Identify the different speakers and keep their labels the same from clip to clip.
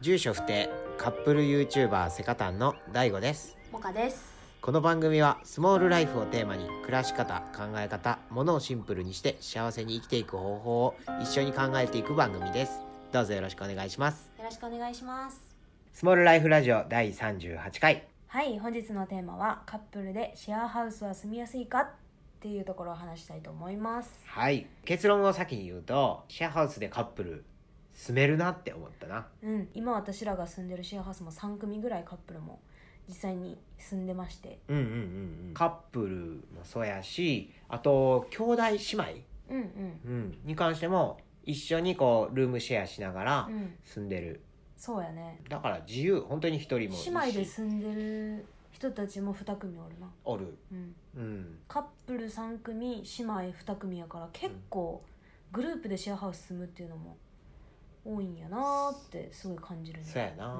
Speaker 1: 住所不定カップル YouTuber セカタンの DAIGO です
Speaker 2: モカです
Speaker 1: この番組はスモールライフをテーマに暮らし方考え方ものをシンプルにして幸せに生きていく方法を一緒に考えていく番組ですどうぞよろしくお願いします
Speaker 2: よろしくお願いします
Speaker 1: スモールライフラジオ第38回
Speaker 2: はい本日のテーマはカップルでシェアハウスは住みやすいかっていうところを話したいと思います
Speaker 1: はい結論を先に言うとシェアハウスでカップル住めるなって思ったな
Speaker 2: うん今私らが住んでるシェアハウスも3組ぐらいカップルも実際に住んでまして
Speaker 1: うんうんうんうんカップルもそうやしあと兄弟姉妹、
Speaker 2: うんうん
Speaker 1: うん、に関しても一緒にこうルームシェアしながら
Speaker 2: うん
Speaker 1: 住んでる、
Speaker 2: そうやね
Speaker 1: だから自由本当に一人もいいし
Speaker 2: 姉妹で住んでる人たちも2組おるな
Speaker 1: おる
Speaker 2: うん
Speaker 1: うん
Speaker 2: カップル3組姉妹2組やから結構グループでシェアハウス住むっていうのも多いんやなーってすごい感じるね
Speaker 1: そうやな、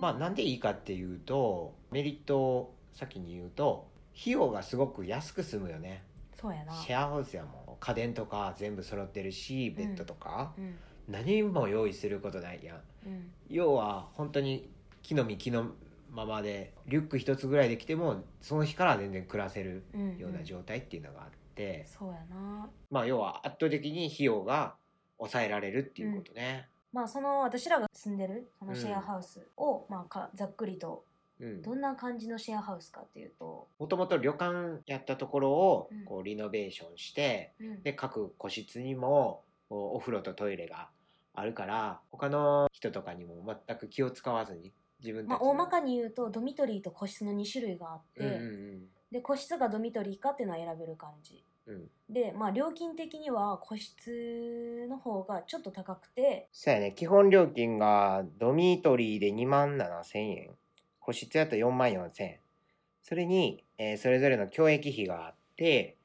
Speaker 1: まあなんでいいかっていうとメリットを先に言うと費用がすごく安く済むよね
Speaker 2: そうやな
Speaker 1: シェアハウスやもん家電とか全部揃ってるしベッドとか、
Speaker 2: うん
Speaker 1: 何も用意することないやん
Speaker 2: うん
Speaker 1: 要は本当に木の実木のままでリュック一つぐらいで来てもその日から全然暮らせる
Speaker 2: うん
Speaker 1: ような状態っていうのがあって、
Speaker 2: そうやな
Speaker 1: まあ要は圧倒的に費用が抑えられるっていうことね。
Speaker 2: まあその私らが住んでるそのシェアハウスを、まあかざっくりと
Speaker 1: うん
Speaker 2: どんな感じのシェアハウスかっていうと、
Speaker 1: もともと旅館やったところを
Speaker 2: うん
Speaker 1: こうリノベーションして、
Speaker 2: うん
Speaker 1: で各個室にもおお風呂とトイレがあるから他の人とかにも全く気を使わずに自分た
Speaker 2: まあ
Speaker 1: ち、の
Speaker 2: 大まかに言うとドミトリーと個室の2種類があって、
Speaker 1: うんうん
Speaker 2: で個室がドミトリーかっていうのは選べる感じ
Speaker 1: うんうん
Speaker 2: でまあ料金的には個室の方がちょっと高くて
Speaker 1: そうやね基本料金がドミトリーで2万7千円個室やと4万4千円それに、えーそれぞれの教育費があって、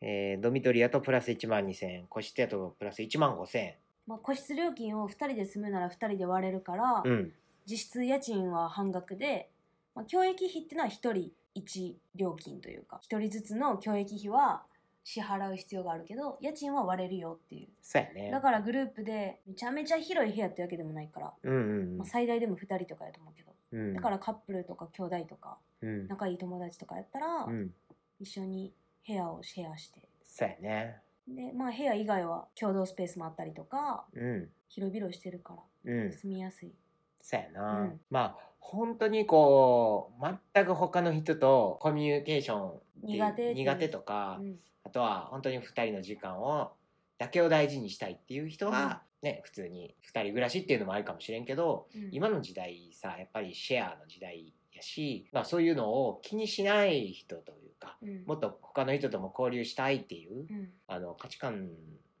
Speaker 1: えードミトリーやとプラス1万2千円個室やとプラス1万5千
Speaker 2: まあ、個室料金を2人で住むなら2人で割れるから、
Speaker 1: 円うん
Speaker 2: 実質家賃は半額で、まあ、教育費ってのは1人1料金というか1人ずつの教育費は支払う必要があるけど家賃は割れるよってい
Speaker 1: そうや
Speaker 2: う
Speaker 1: ね
Speaker 2: だからグループでめちゃめちゃ広い部屋ってわけでもないから、
Speaker 1: うんうん
Speaker 2: まあ、最大でも2人とかやと思うけど
Speaker 1: うん
Speaker 2: だからカップルとか兄弟とか
Speaker 1: うん
Speaker 2: 仲いい友達とかやったら、
Speaker 1: うん
Speaker 2: 一緒に部屋をシェアして
Speaker 1: そうやね
Speaker 2: でまあ部屋以外は共同スペースもあったりとか
Speaker 1: うん
Speaker 2: 広々してるから
Speaker 1: うん
Speaker 2: 住みやすい、
Speaker 1: そうやな、
Speaker 2: うん
Speaker 1: まあ本当にこう全く他の人とコミュニケーションっていう
Speaker 2: 苦手っていう
Speaker 1: 苦手とか、
Speaker 2: うん
Speaker 1: あとは本当に2人の時間をだけを大事にしたいっていう人は、ね普通に2人暮らしっていうのもあるかもしれんけど
Speaker 2: うん
Speaker 1: 今の時代さやっぱりシェアの時代やし、まあ、そういうのを気にしない人というか
Speaker 2: うん
Speaker 1: もっと他の人とも交流したいっていう、
Speaker 2: うん
Speaker 1: あの価値観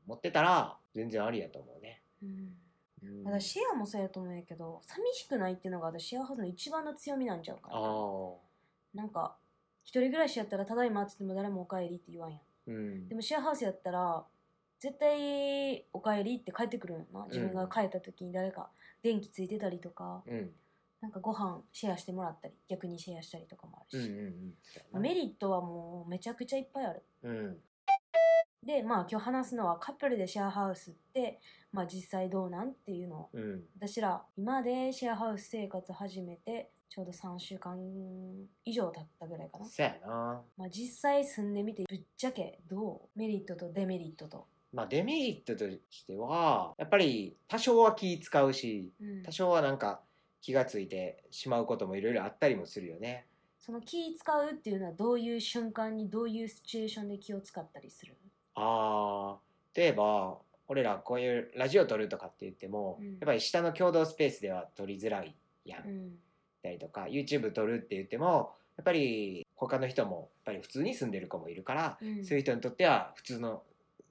Speaker 1: 持ってたら全然ありやと思うね。
Speaker 2: うん
Speaker 1: うん
Speaker 2: まだシェアもそうやと思うんやけど寂しくないっていうのが私シェアハウスの一番の強みなんちゃうか
Speaker 1: あ
Speaker 2: な
Speaker 1: ー
Speaker 2: なんか一人暮らしやったら「ただいま」って言っても誰も「おかえり」って言わんやん
Speaker 1: うん
Speaker 2: でもシェアハウスやったら絶対「おかえり」って帰ってくるんやな自分が帰った時に誰か電気ついてたりとか、
Speaker 1: うん
Speaker 2: なんかご飯シェアしてもらったり逆にシェアしたりとかもあ
Speaker 1: うん
Speaker 2: る
Speaker 1: うん
Speaker 2: し、
Speaker 1: うんそうやな
Speaker 2: メリットはもうめちゃくちゃいっぱいある
Speaker 1: うん
Speaker 2: でまあ今日話すのはカップルでシェアハウスって、まあ、実際どうなんっていうのを
Speaker 1: うん
Speaker 2: 私ら今までシェアハウス生活始めてちょうど3週間以上経ったぐらいかな、
Speaker 1: そうやな
Speaker 2: まあ、実際住んでみてぶっちゃけどうメリットとデメリットと、
Speaker 1: まあデメリットとしてはやっぱり多少は気使うし
Speaker 2: うん
Speaker 1: 多少はなんか気がついてしまうこともいろいろあったりもするよね。
Speaker 2: その気使うっていうのはどういう瞬間にどういうシチュエーションで気を使ったりする、
Speaker 1: あー例えば俺らこういうラジオ撮るとかって言っても、
Speaker 2: うん
Speaker 1: やっぱり下の共同スペースでは撮りづらいやん、
Speaker 2: う
Speaker 1: だ
Speaker 2: ん
Speaker 1: りとか YouTube 撮るって言ってもやっぱり他の人もやっぱり普通に住んでる子もいるから、
Speaker 2: うん
Speaker 1: そういう人にとっては普通の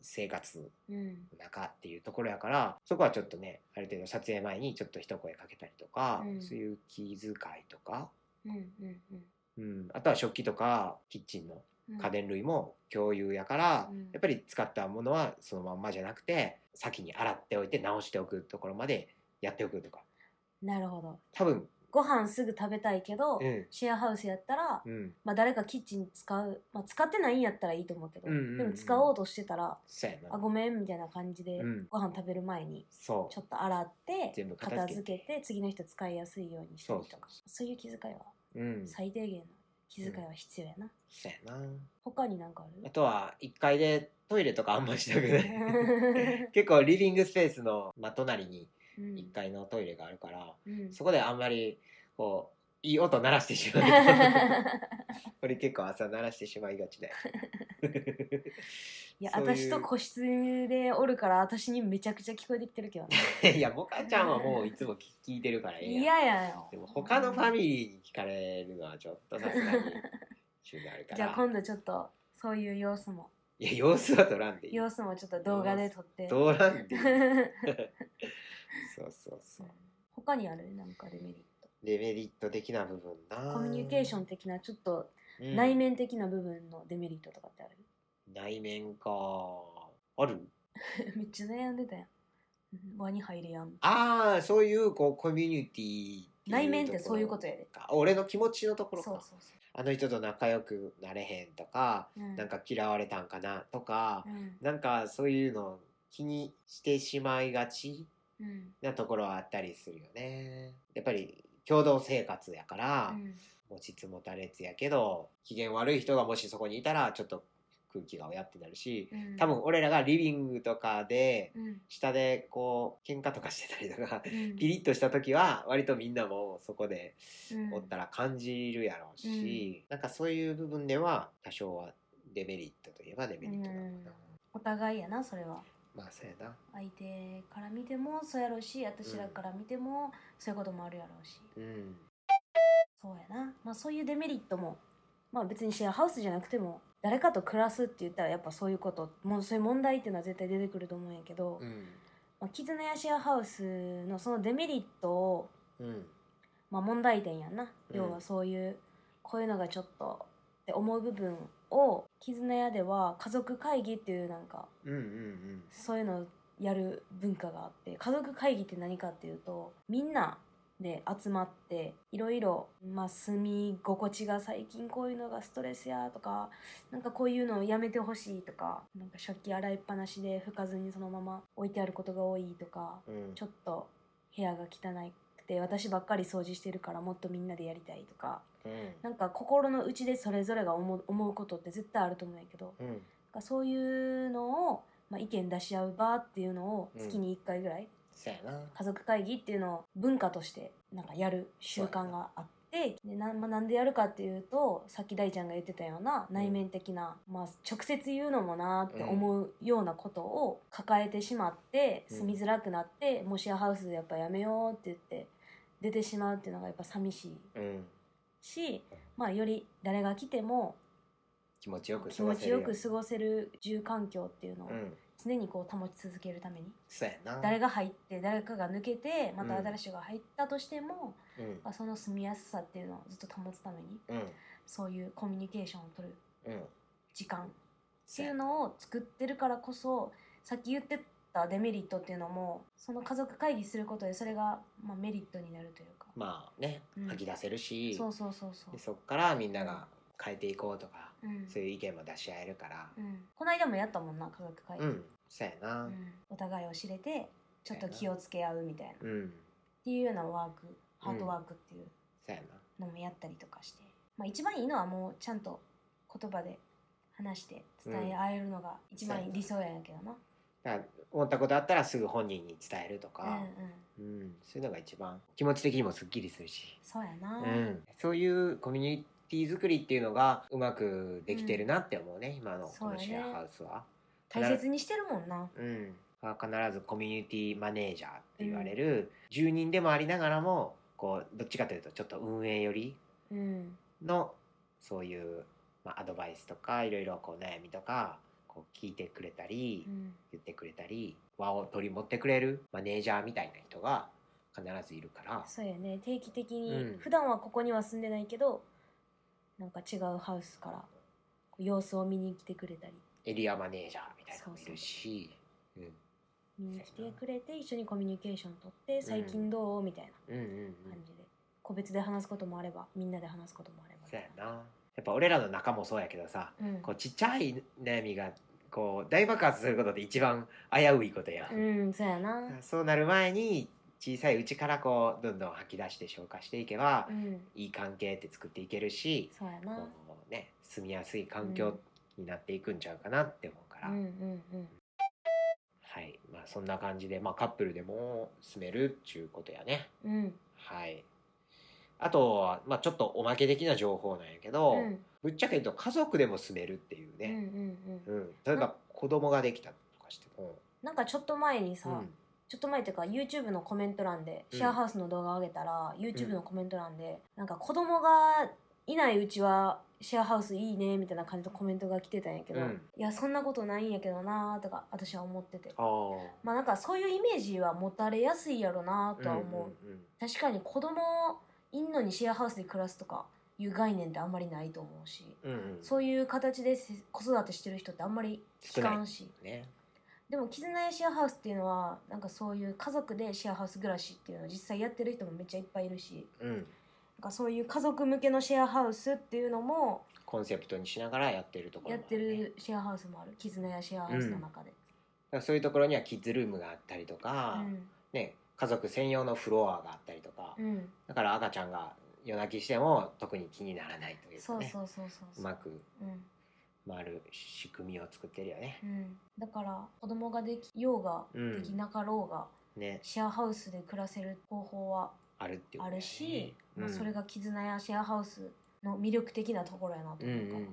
Speaker 1: 生活
Speaker 2: うん
Speaker 1: の中っていうところやからそこはちょっとねある程度撮影前にちょっと一声かけたりとか、
Speaker 2: うん
Speaker 1: そういう気遣いとか、
Speaker 2: うんうんうん
Speaker 1: うん、あとは食器とかキッチンの
Speaker 2: うん
Speaker 1: 家電類も共有やから、
Speaker 2: うん
Speaker 1: やっぱり使ったものはそのまんまじゃなくて先に洗っておいて直しておくところまでやっておくとか
Speaker 2: なるほど
Speaker 1: 多分
Speaker 2: ご飯すぐ食べたいけど、
Speaker 1: うん
Speaker 2: シェアハウスやったら、
Speaker 1: うん
Speaker 2: まあ、誰かキッチン使う、まあ、使ってないんやったらいいと思うけど、
Speaker 1: うんうんうん
Speaker 2: でも使おうとしてたら
Speaker 1: そうや
Speaker 2: 「
Speaker 1: な
Speaker 2: あごめん」みたいな感じで、
Speaker 1: うん
Speaker 2: ご飯食べる前に
Speaker 1: そ
Speaker 2: ちょっと洗って
Speaker 1: 全部片
Speaker 2: 片
Speaker 1: 付
Speaker 2: 付けて次の人使いやすいようにしたりとかそういう気遣いは
Speaker 1: ううんそ
Speaker 2: 最低限の気遣いは必要やな、
Speaker 1: うやな
Speaker 2: 他になんか
Speaker 1: あ
Speaker 2: あ
Speaker 1: とは1階でトイレとかあんましたく ない
Speaker 2: る
Speaker 1: 結構リビングスペースの真隣に
Speaker 2: うん
Speaker 1: 1階のトイレがあるから、
Speaker 2: うん
Speaker 1: そこであんまりこういい音鳴らしてしまう これ結構朝鳴らしてしまいがちで
Speaker 2: いや
Speaker 1: そういう
Speaker 2: 私と個室でおるから私にめちゃくちゃ聞こえてきてるけどね
Speaker 1: いやモカちゃんはもういつも聞聞いてるからええやん
Speaker 2: 嫌やよ
Speaker 1: でも他のファミリーに聞かれるのはちょっとさすがに中にあるから
Speaker 2: じゃあ今度ちょっとそういう様子も
Speaker 1: いや様子は取らんでいい
Speaker 2: 様子もちょっと動画で撮って
Speaker 1: 取らんでいいそうそうそう
Speaker 2: 他にあるなんかデメリット
Speaker 1: デメリット的な部分な
Speaker 2: コミュニケーション的なちょっと
Speaker 1: うん
Speaker 2: 内面的な部分のデメリットとかってある、
Speaker 1: 内面かある
Speaker 2: めっちゃ悩んでたやんうん輪に入れやん
Speaker 1: ああそういうこうコミュニティ
Speaker 2: 内面ってそういうこと
Speaker 1: や
Speaker 2: やで
Speaker 1: 俺の気持ちのとこ
Speaker 2: そう
Speaker 1: ろ
Speaker 2: そう
Speaker 1: か
Speaker 2: そう
Speaker 1: あの人と仲良くなれへんとか、
Speaker 2: うん
Speaker 1: なんか嫌われたんかなとか
Speaker 2: う、ん
Speaker 1: なんかそういうの気にしてしまいがち
Speaker 2: うん
Speaker 1: なところはあったりするよねやっぱり共同生活やから、
Speaker 2: うん
Speaker 1: 持ちつ持たれつやけど機嫌悪い人がもしそこにいたらちょっと空気がおやってなるし
Speaker 2: うん
Speaker 1: 多分俺らがリビングとかで
Speaker 2: うん
Speaker 1: 下でこう喧嘩とかしてたりとか
Speaker 2: うん
Speaker 1: ピリッとした時は割とみんなもそこで
Speaker 2: うん
Speaker 1: おったら感じるやろうし、なんかそういう部分では多少はデメリットといえばデメリットなのかな、
Speaker 2: お互いやなそれは
Speaker 1: まあそうやな
Speaker 2: 相手から見てもそうやろうし私らから見てもそういうこともあるやろうし、
Speaker 1: うん
Speaker 2: そうやなまあそういうデメリットもまあ別にシェアハウスじゃなくても誰かと暮らすって言ったらやっぱそういうこともうそういう問題っていうのは絶対出てくると思うんやけど、
Speaker 1: うん
Speaker 2: まあ、絆やシェアハウスのそのデメリットを、
Speaker 1: うん
Speaker 2: まあ、問題点やんな、
Speaker 1: うん
Speaker 2: 要はそういうこういうのがちょっとって思う部分を絆屋では家族会議っていうなんか
Speaker 1: うんうんうん
Speaker 2: そういうのをやる文化があって家族会議って何かっていうとみんなで集まっていろいろまあ住み心地が最近こういうのがストレスやとかなんかこういうのをやめてほしいとかなんか食器洗いっぱなしで拭かずにそのまま置いてあることが多いとか
Speaker 1: うん
Speaker 2: ちょっと部屋が汚くて私ばっかり掃除してるからもっとみんなでやりたいとか
Speaker 1: うん
Speaker 2: なんか心の内でそれぞれが思う思うことって絶対あると思うんやけど
Speaker 1: うん
Speaker 2: なんかそういうのを、まあ、意見出し合う場っていうのを月に1回ぐらい、
Speaker 1: そうやな
Speaker 2: 家族会議っていうのを文化としてなんかやる習慣があってでな,、まあ、なんでやるかっていうとさっき大ちゃんが言ってたような内面的な、まあ、直接言うのもなーって思うようなことを抱えてしまって
Speaker 1: うん
Speaker 2: 住みづらくなって、もうシェアハウスやっぱやめようって言って出てしまうっていうのがやっぱ寂しい
Speaker 1: うん
Speaker 2: し、まあ、より誰が来ても
Speaker 1: 気持ちよく
Speaker 2: 気
Speaker 1: 過
Speaker 2: 持
Speaker 1: ごせ
Speaker 2: ち
Speaker 1: るよ
Speaker 2: よく過ごせる住環境っていうのを
Speaker 1: うん
Speaker 2: 常にこう保ち続けるために、
Speaker 1: そうやな
Speaker 2: 誰が入って誰かが抜けてまた
Speaker 1: うん
Speaker 2: 新しい人が入ったとしても、
Speaker 1: うん
Speaker 2: まあその住みやすさっていうのをずっと保つために
Speaker 1: うん
Speaker 2: そういうコミュニケーションを取る
Speaker 1: うん
Speaker 2: 時間っていうのを作ってるからこそさっき言ってたデメリットっていうのもその家族会議することでそれが、まあ、メリットになるというか、
Speaker 1: まあね
Speaker 2: うん
Speaker 1: 吐き出せるし、
Speaker 2: そうそうそうそう
Speaker 1: でそっからみんなが変えていこうとか、
Speaker 2: うん
Speaker 1: そういう意見も出し合えるから
Speaker 2: うん、この間もやったもんな家族会議、
Speaker 1: うん、そうやな
Speaker 2: うんお互いを知れてちょっと気をつけ合うみたいなっ
Speaker 1: うん、
Speaker 2: ていうようなワークハートワークっていう
Speaker 1: そうやな
Speaker 2: のもやったりとかして、まあ、一番いいのはもうちゃんと言葉で話して伝え合えるのが一番理想やんやけどな、
Speaker 1: だから思ったことあったらすぐ本人に伝えると
Speaker 2: うん、うん
Speaker 1: か、うんそういうのが一番気持ち的にもすっきりするし、
Speaker 2: そうやな、
Speaker 1: うん、そういうコミュニティ作りっていうのがうまくできてるなって思うね、今のこ
Speaker 2: そう
Speaker 1: の
Speaker 2: やね
Speaker 1: シェアハウスは。
Speaker 2: 大切にしてるもんな
Speaker 1: うん、必ずコミュニティマネージャーって言われる、住人でもありながらもこうどっちかというとちょっと運営より
Speaker 2: うん
Speaker 1: のそういう、まあ、アドバイスとかいろいろこう悩みとかこう聞いてくれたり、
Speaker 2: うん
Speaker 1: 言ってくれたり輪を取り持ってくれるマネージャーみたいな人が必ずいるから
Speaker 2: そうやね定期的に、
Speaker 1: うん
Speaker 2: 普段はここには住んでないけどなんか違うハウスからこう様子を見に来てくれたり
Speaker 1: エリアマネージャーみたいなのもいるしうん
Speaker 2: 見に来てくれて一緒にコミュニケーション取って最近どう、みたいな
Speaker 1: うんうんうん
Speaker 2: 感じで、個別で話すこともあればみんなで話すこともあれば
Speaker 1: そうやなやっぱ俺らの仲もそうやけどさ
Speaker 2: うん
Speaker 1: こうちっちゃい悩みがこう大爆発することって一番危ういことやん、
Speaker 2: うんそうやな
Speaker 1: そうなる前に小さいうちからこうどんどん吐き出して消化していけば
Speaker 2: う、ん
Speaker 1: いい関係って作っていけるし、
Speaker 2: そうやな
Speaker 1: こうね住みやすい環境になっていくんちゃうかなって思うから、
Speaker 2: うんうんうん
Speaker 1: はいまあそんな感じで、まあ、カップルでも住めるっちゅうことやね
Speaker 2: うん
Speaker 1: はいあとは、まあ、ちょっとおまけ的な情報なんやけど、
Speaker 2: うん
Speaker 1: ぶっちゃけ言うと家族でも住めるっていう
Speaker 2: うん
Speaker 1: ね、
Speaker 2: うん
Speaker 1: う
Speaker 2: うん
Speaker 1: ん例えば子供ができたとかしても、
Speaker 2: なんかちょっと前にさ、
Speaker 1: うん
Speaker 2: ちょっと前っていうか YouTube のコメント欄で
Speaker 1: うん
Speaker 2: シェアハウスの動画を上げたら、YouTube のコメント欄でなんか子供がいないうちはシェアハウスいいねみたいな感じのコメントが来てたんやけど、
Speaker 1: うん
Speaker 2: いやそんなことないんやけどなーとか私は思ってて
Speaker 1: あー
Speaker 2: まあなんかそういうイメージは持たれやすいやろなーとは思
Speaker 1: う
Speaker 2: う、
Speaker 1: んうんうん
Speaker 2: 確かに子供いんのにシェアハウスで暮らすとかいう概念ってあんまりないと思うし、
Speaker 1: うんうん
Speaker 2: そういう形でせ子育てしてる人ってあんまり聞かんし
Speaker 1: ね
Speaker 2: でも絆やシェアハウスっていうのはなんかそういう家族でシェアハウス暮らしっていうのを実際やってる人もめっちゃいっぱいいるし
Speaker 1: うん
Speaker 2: なんかそういう家族向けのシェアハウスっていうのも
Speaker 1: コンセプトにしながらやってるところ
Speaker 2: やっ
Speaker 1: もあ
Speaker 2: て
Speaker 1: ね
Speaker 2: るシェアハウスもある絆やシェアハウスの中
Speaker 1: だか
Speaker 2: で、
Speaker 1: らそういうところにはキッズルームがあったりと
Speaker 2: う
Speaker 1: か、
Speaker 2: ん
Speaker 1: ね、家族専用のフロアがあったりとか、
Speaker 2: うん
Speaker 1: だから赤ちゃんが夜泣きしても特に気にならないというか
Speaker 2: そう
Speaker 1: ね
Speaker 2: そうそうそう
Speaker 1: うまく
Speaker 2: うん
Speaker 1: 回る仕組みを作ってるよね
Speaker 2: う。ん、だから子供ができようが
Speaker 1: うん
Speaker 2: できなかろうが、
Speaker 1: ね
Speaker 2: シェアハウスで暮らせる方法は
Speaker 1: あるっていうことだ
Speaker 2: あ
Speaker 1: よね
Speaker 2: るし、
Speaker 1: うん
Speaker 2: まあ、それが絆やシェアハウスの魅力的なところやなと
Speaker 1: うんうん
Speaker 2: 思
Speaker 1: う
Speaker 2: うから、
Speaker 1: ん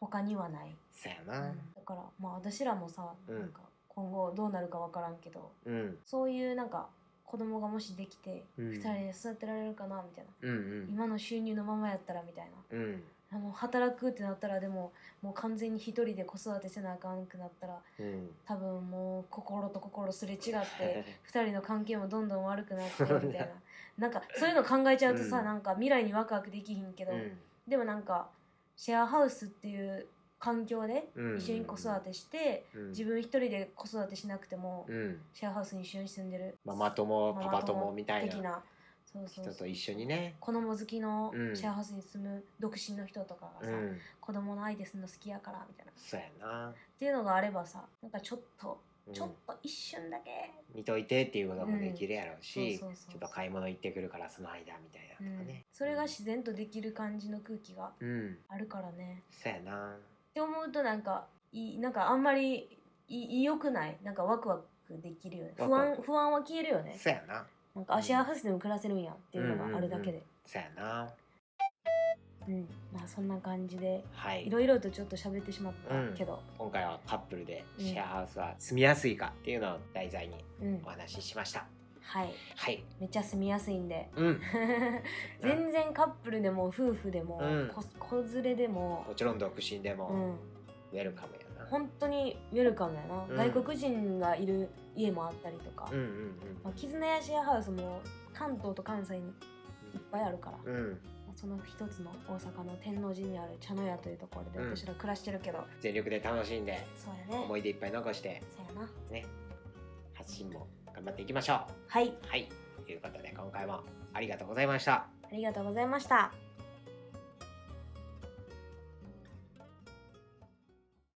Speaker 2: 他にはない、
Speaker 1: そうや
Speaker 2: う
Speaker 1: なん
Speaker 2: だからまあ私らもさ、
Speaker 1: うん
Speaker 2: なんか今後どうなるか分からんけど
Speaker 1: うんうん
Speaker 2: そういうなんか子供がもしできて
Speaker 1: うん
Speaker 2: 2人で育てられるかなみたいな、
Speaker 1: うん
Speaker 2: 今の収入のままやったらみたい
Speaker 1: うん
Speaker 2: なもう働くってなったらでももう完全に一人で子育てせなあかんくなったら
Speaker 1: うん
Speaker 2: 多分もう心と心すれ違って2人の関係もどんどん悪くなってみたいななんかそういうの考えちゃうとさ、
Speaker 1: うん
Speaker 2: なんか未来にワクワクできひんけど、
Speaker 1: うん
Speaker 2: でもなんかシェアハウスっていう環境で
Speaker 1: うん
Speaker 2: 一緒に子育てして、
Speaker 1: うん
Speaker 2: 自分一人で子育てしなくても、
Speaker 1: うん
Speaker 2: シェアハウスに一緒に住んでる
Speaker 1: ママ友
Speaker 2: ママ
Speaker 1: パパ友みたい
Speaker 2: 的
Speaker 1: な
Speaker 2: なそうそうそ
Speaker 1: 人
Speaker 2: う
Speaker 1: と一緒にね
Speaker 2: 子供好きの
Speaker 1: うん
Speaker 2: シェアハウスに住む独身の人とかが
Speaker 1: う
Speaker 2: さ、
Speaker 1: ん
Speaker 2: 子供の相手するの好きやからみたいなっ
Speaker 1: そうやな
Speaker 2: ていうのがあればさなんかちょっと、
Speaker 1: うん
Speaker 2: ちょっと一瞬だけ
Speaker 1: 見といてっていうこともできるやろうし
Speaker 2: そうそうそう
Speaker 1: ちょっと買い物行ってくるからその間みたいなとかね
Speaker 2: うん、それが自然とできる感じの空気が
Speaker 1: うん
Speaker 2: あるからね
Speaker 1: そうやな
Speaker 2: って思うとなんかいいなんかあんまりいい良くないなんかワクワクできるよね
Speaker 1: ワク
Speaker 2: 不
Speaker 1: ワク
Speaker 2: 安不安は消えるよね
Speaker 1: そうやなっ
Speaker 2: なんか
Speaker 1: うん
Speaker 2: あシェアハウスでも暮らせるんやっていうのがあるだけで
Speaker 1: そうやな
Speaker 2: うん、まあそんな感じで
Speaker 1: はいい
Speaker 2: ろいろとちょっと喋ってしまったけど
Speaker 1: 今回はカップルでシェアハウスは住みやすいかっていうのを題材に
Speaker 2: うん、
Speaker 1: お話ししました
Speaker 2: はい
Speaker 1: はい
Speaker 2: めっちゃ住みやすいんで
Speaker 1: うん
Speaker 2: 全然カップルでも夫婦でも、
Speaker 1: うん
Speaker 2: こ子連れでも
Speaker 1: もちろん独身で
Speaker 2: う
Speaker 1: も
Speaker 2: ん
Speaker 1: ウェルカムやな
Speaker 2: 本当にウェルカムやな、
Speaker 1: うん
Speaker 2: 外国人がいる家もあったりとか、
Speaker 1: うん
Speaker 2: まあ、絆やシェアハウスも関東と関西にいっぱいあるから、
Speaker 1: うんうんうん
Speaker 2: まあその一つの大阪の天王寺にある茶の屋というところで
Speaker 1: うん
Speaker 2: 私ら暮らしてるけど、
Speaker 1: 全力で楽しんで
Speaker 2: そうやね
Speaker 1: 思い出いっぱい残して
Speaker 2: そうやな
Speaker 1: ね発信も頑張っていきましょ
Speaker 2: はいう
Speaker 1: はいということで今回もありがとうございました
Speaker 2: ありがとうございました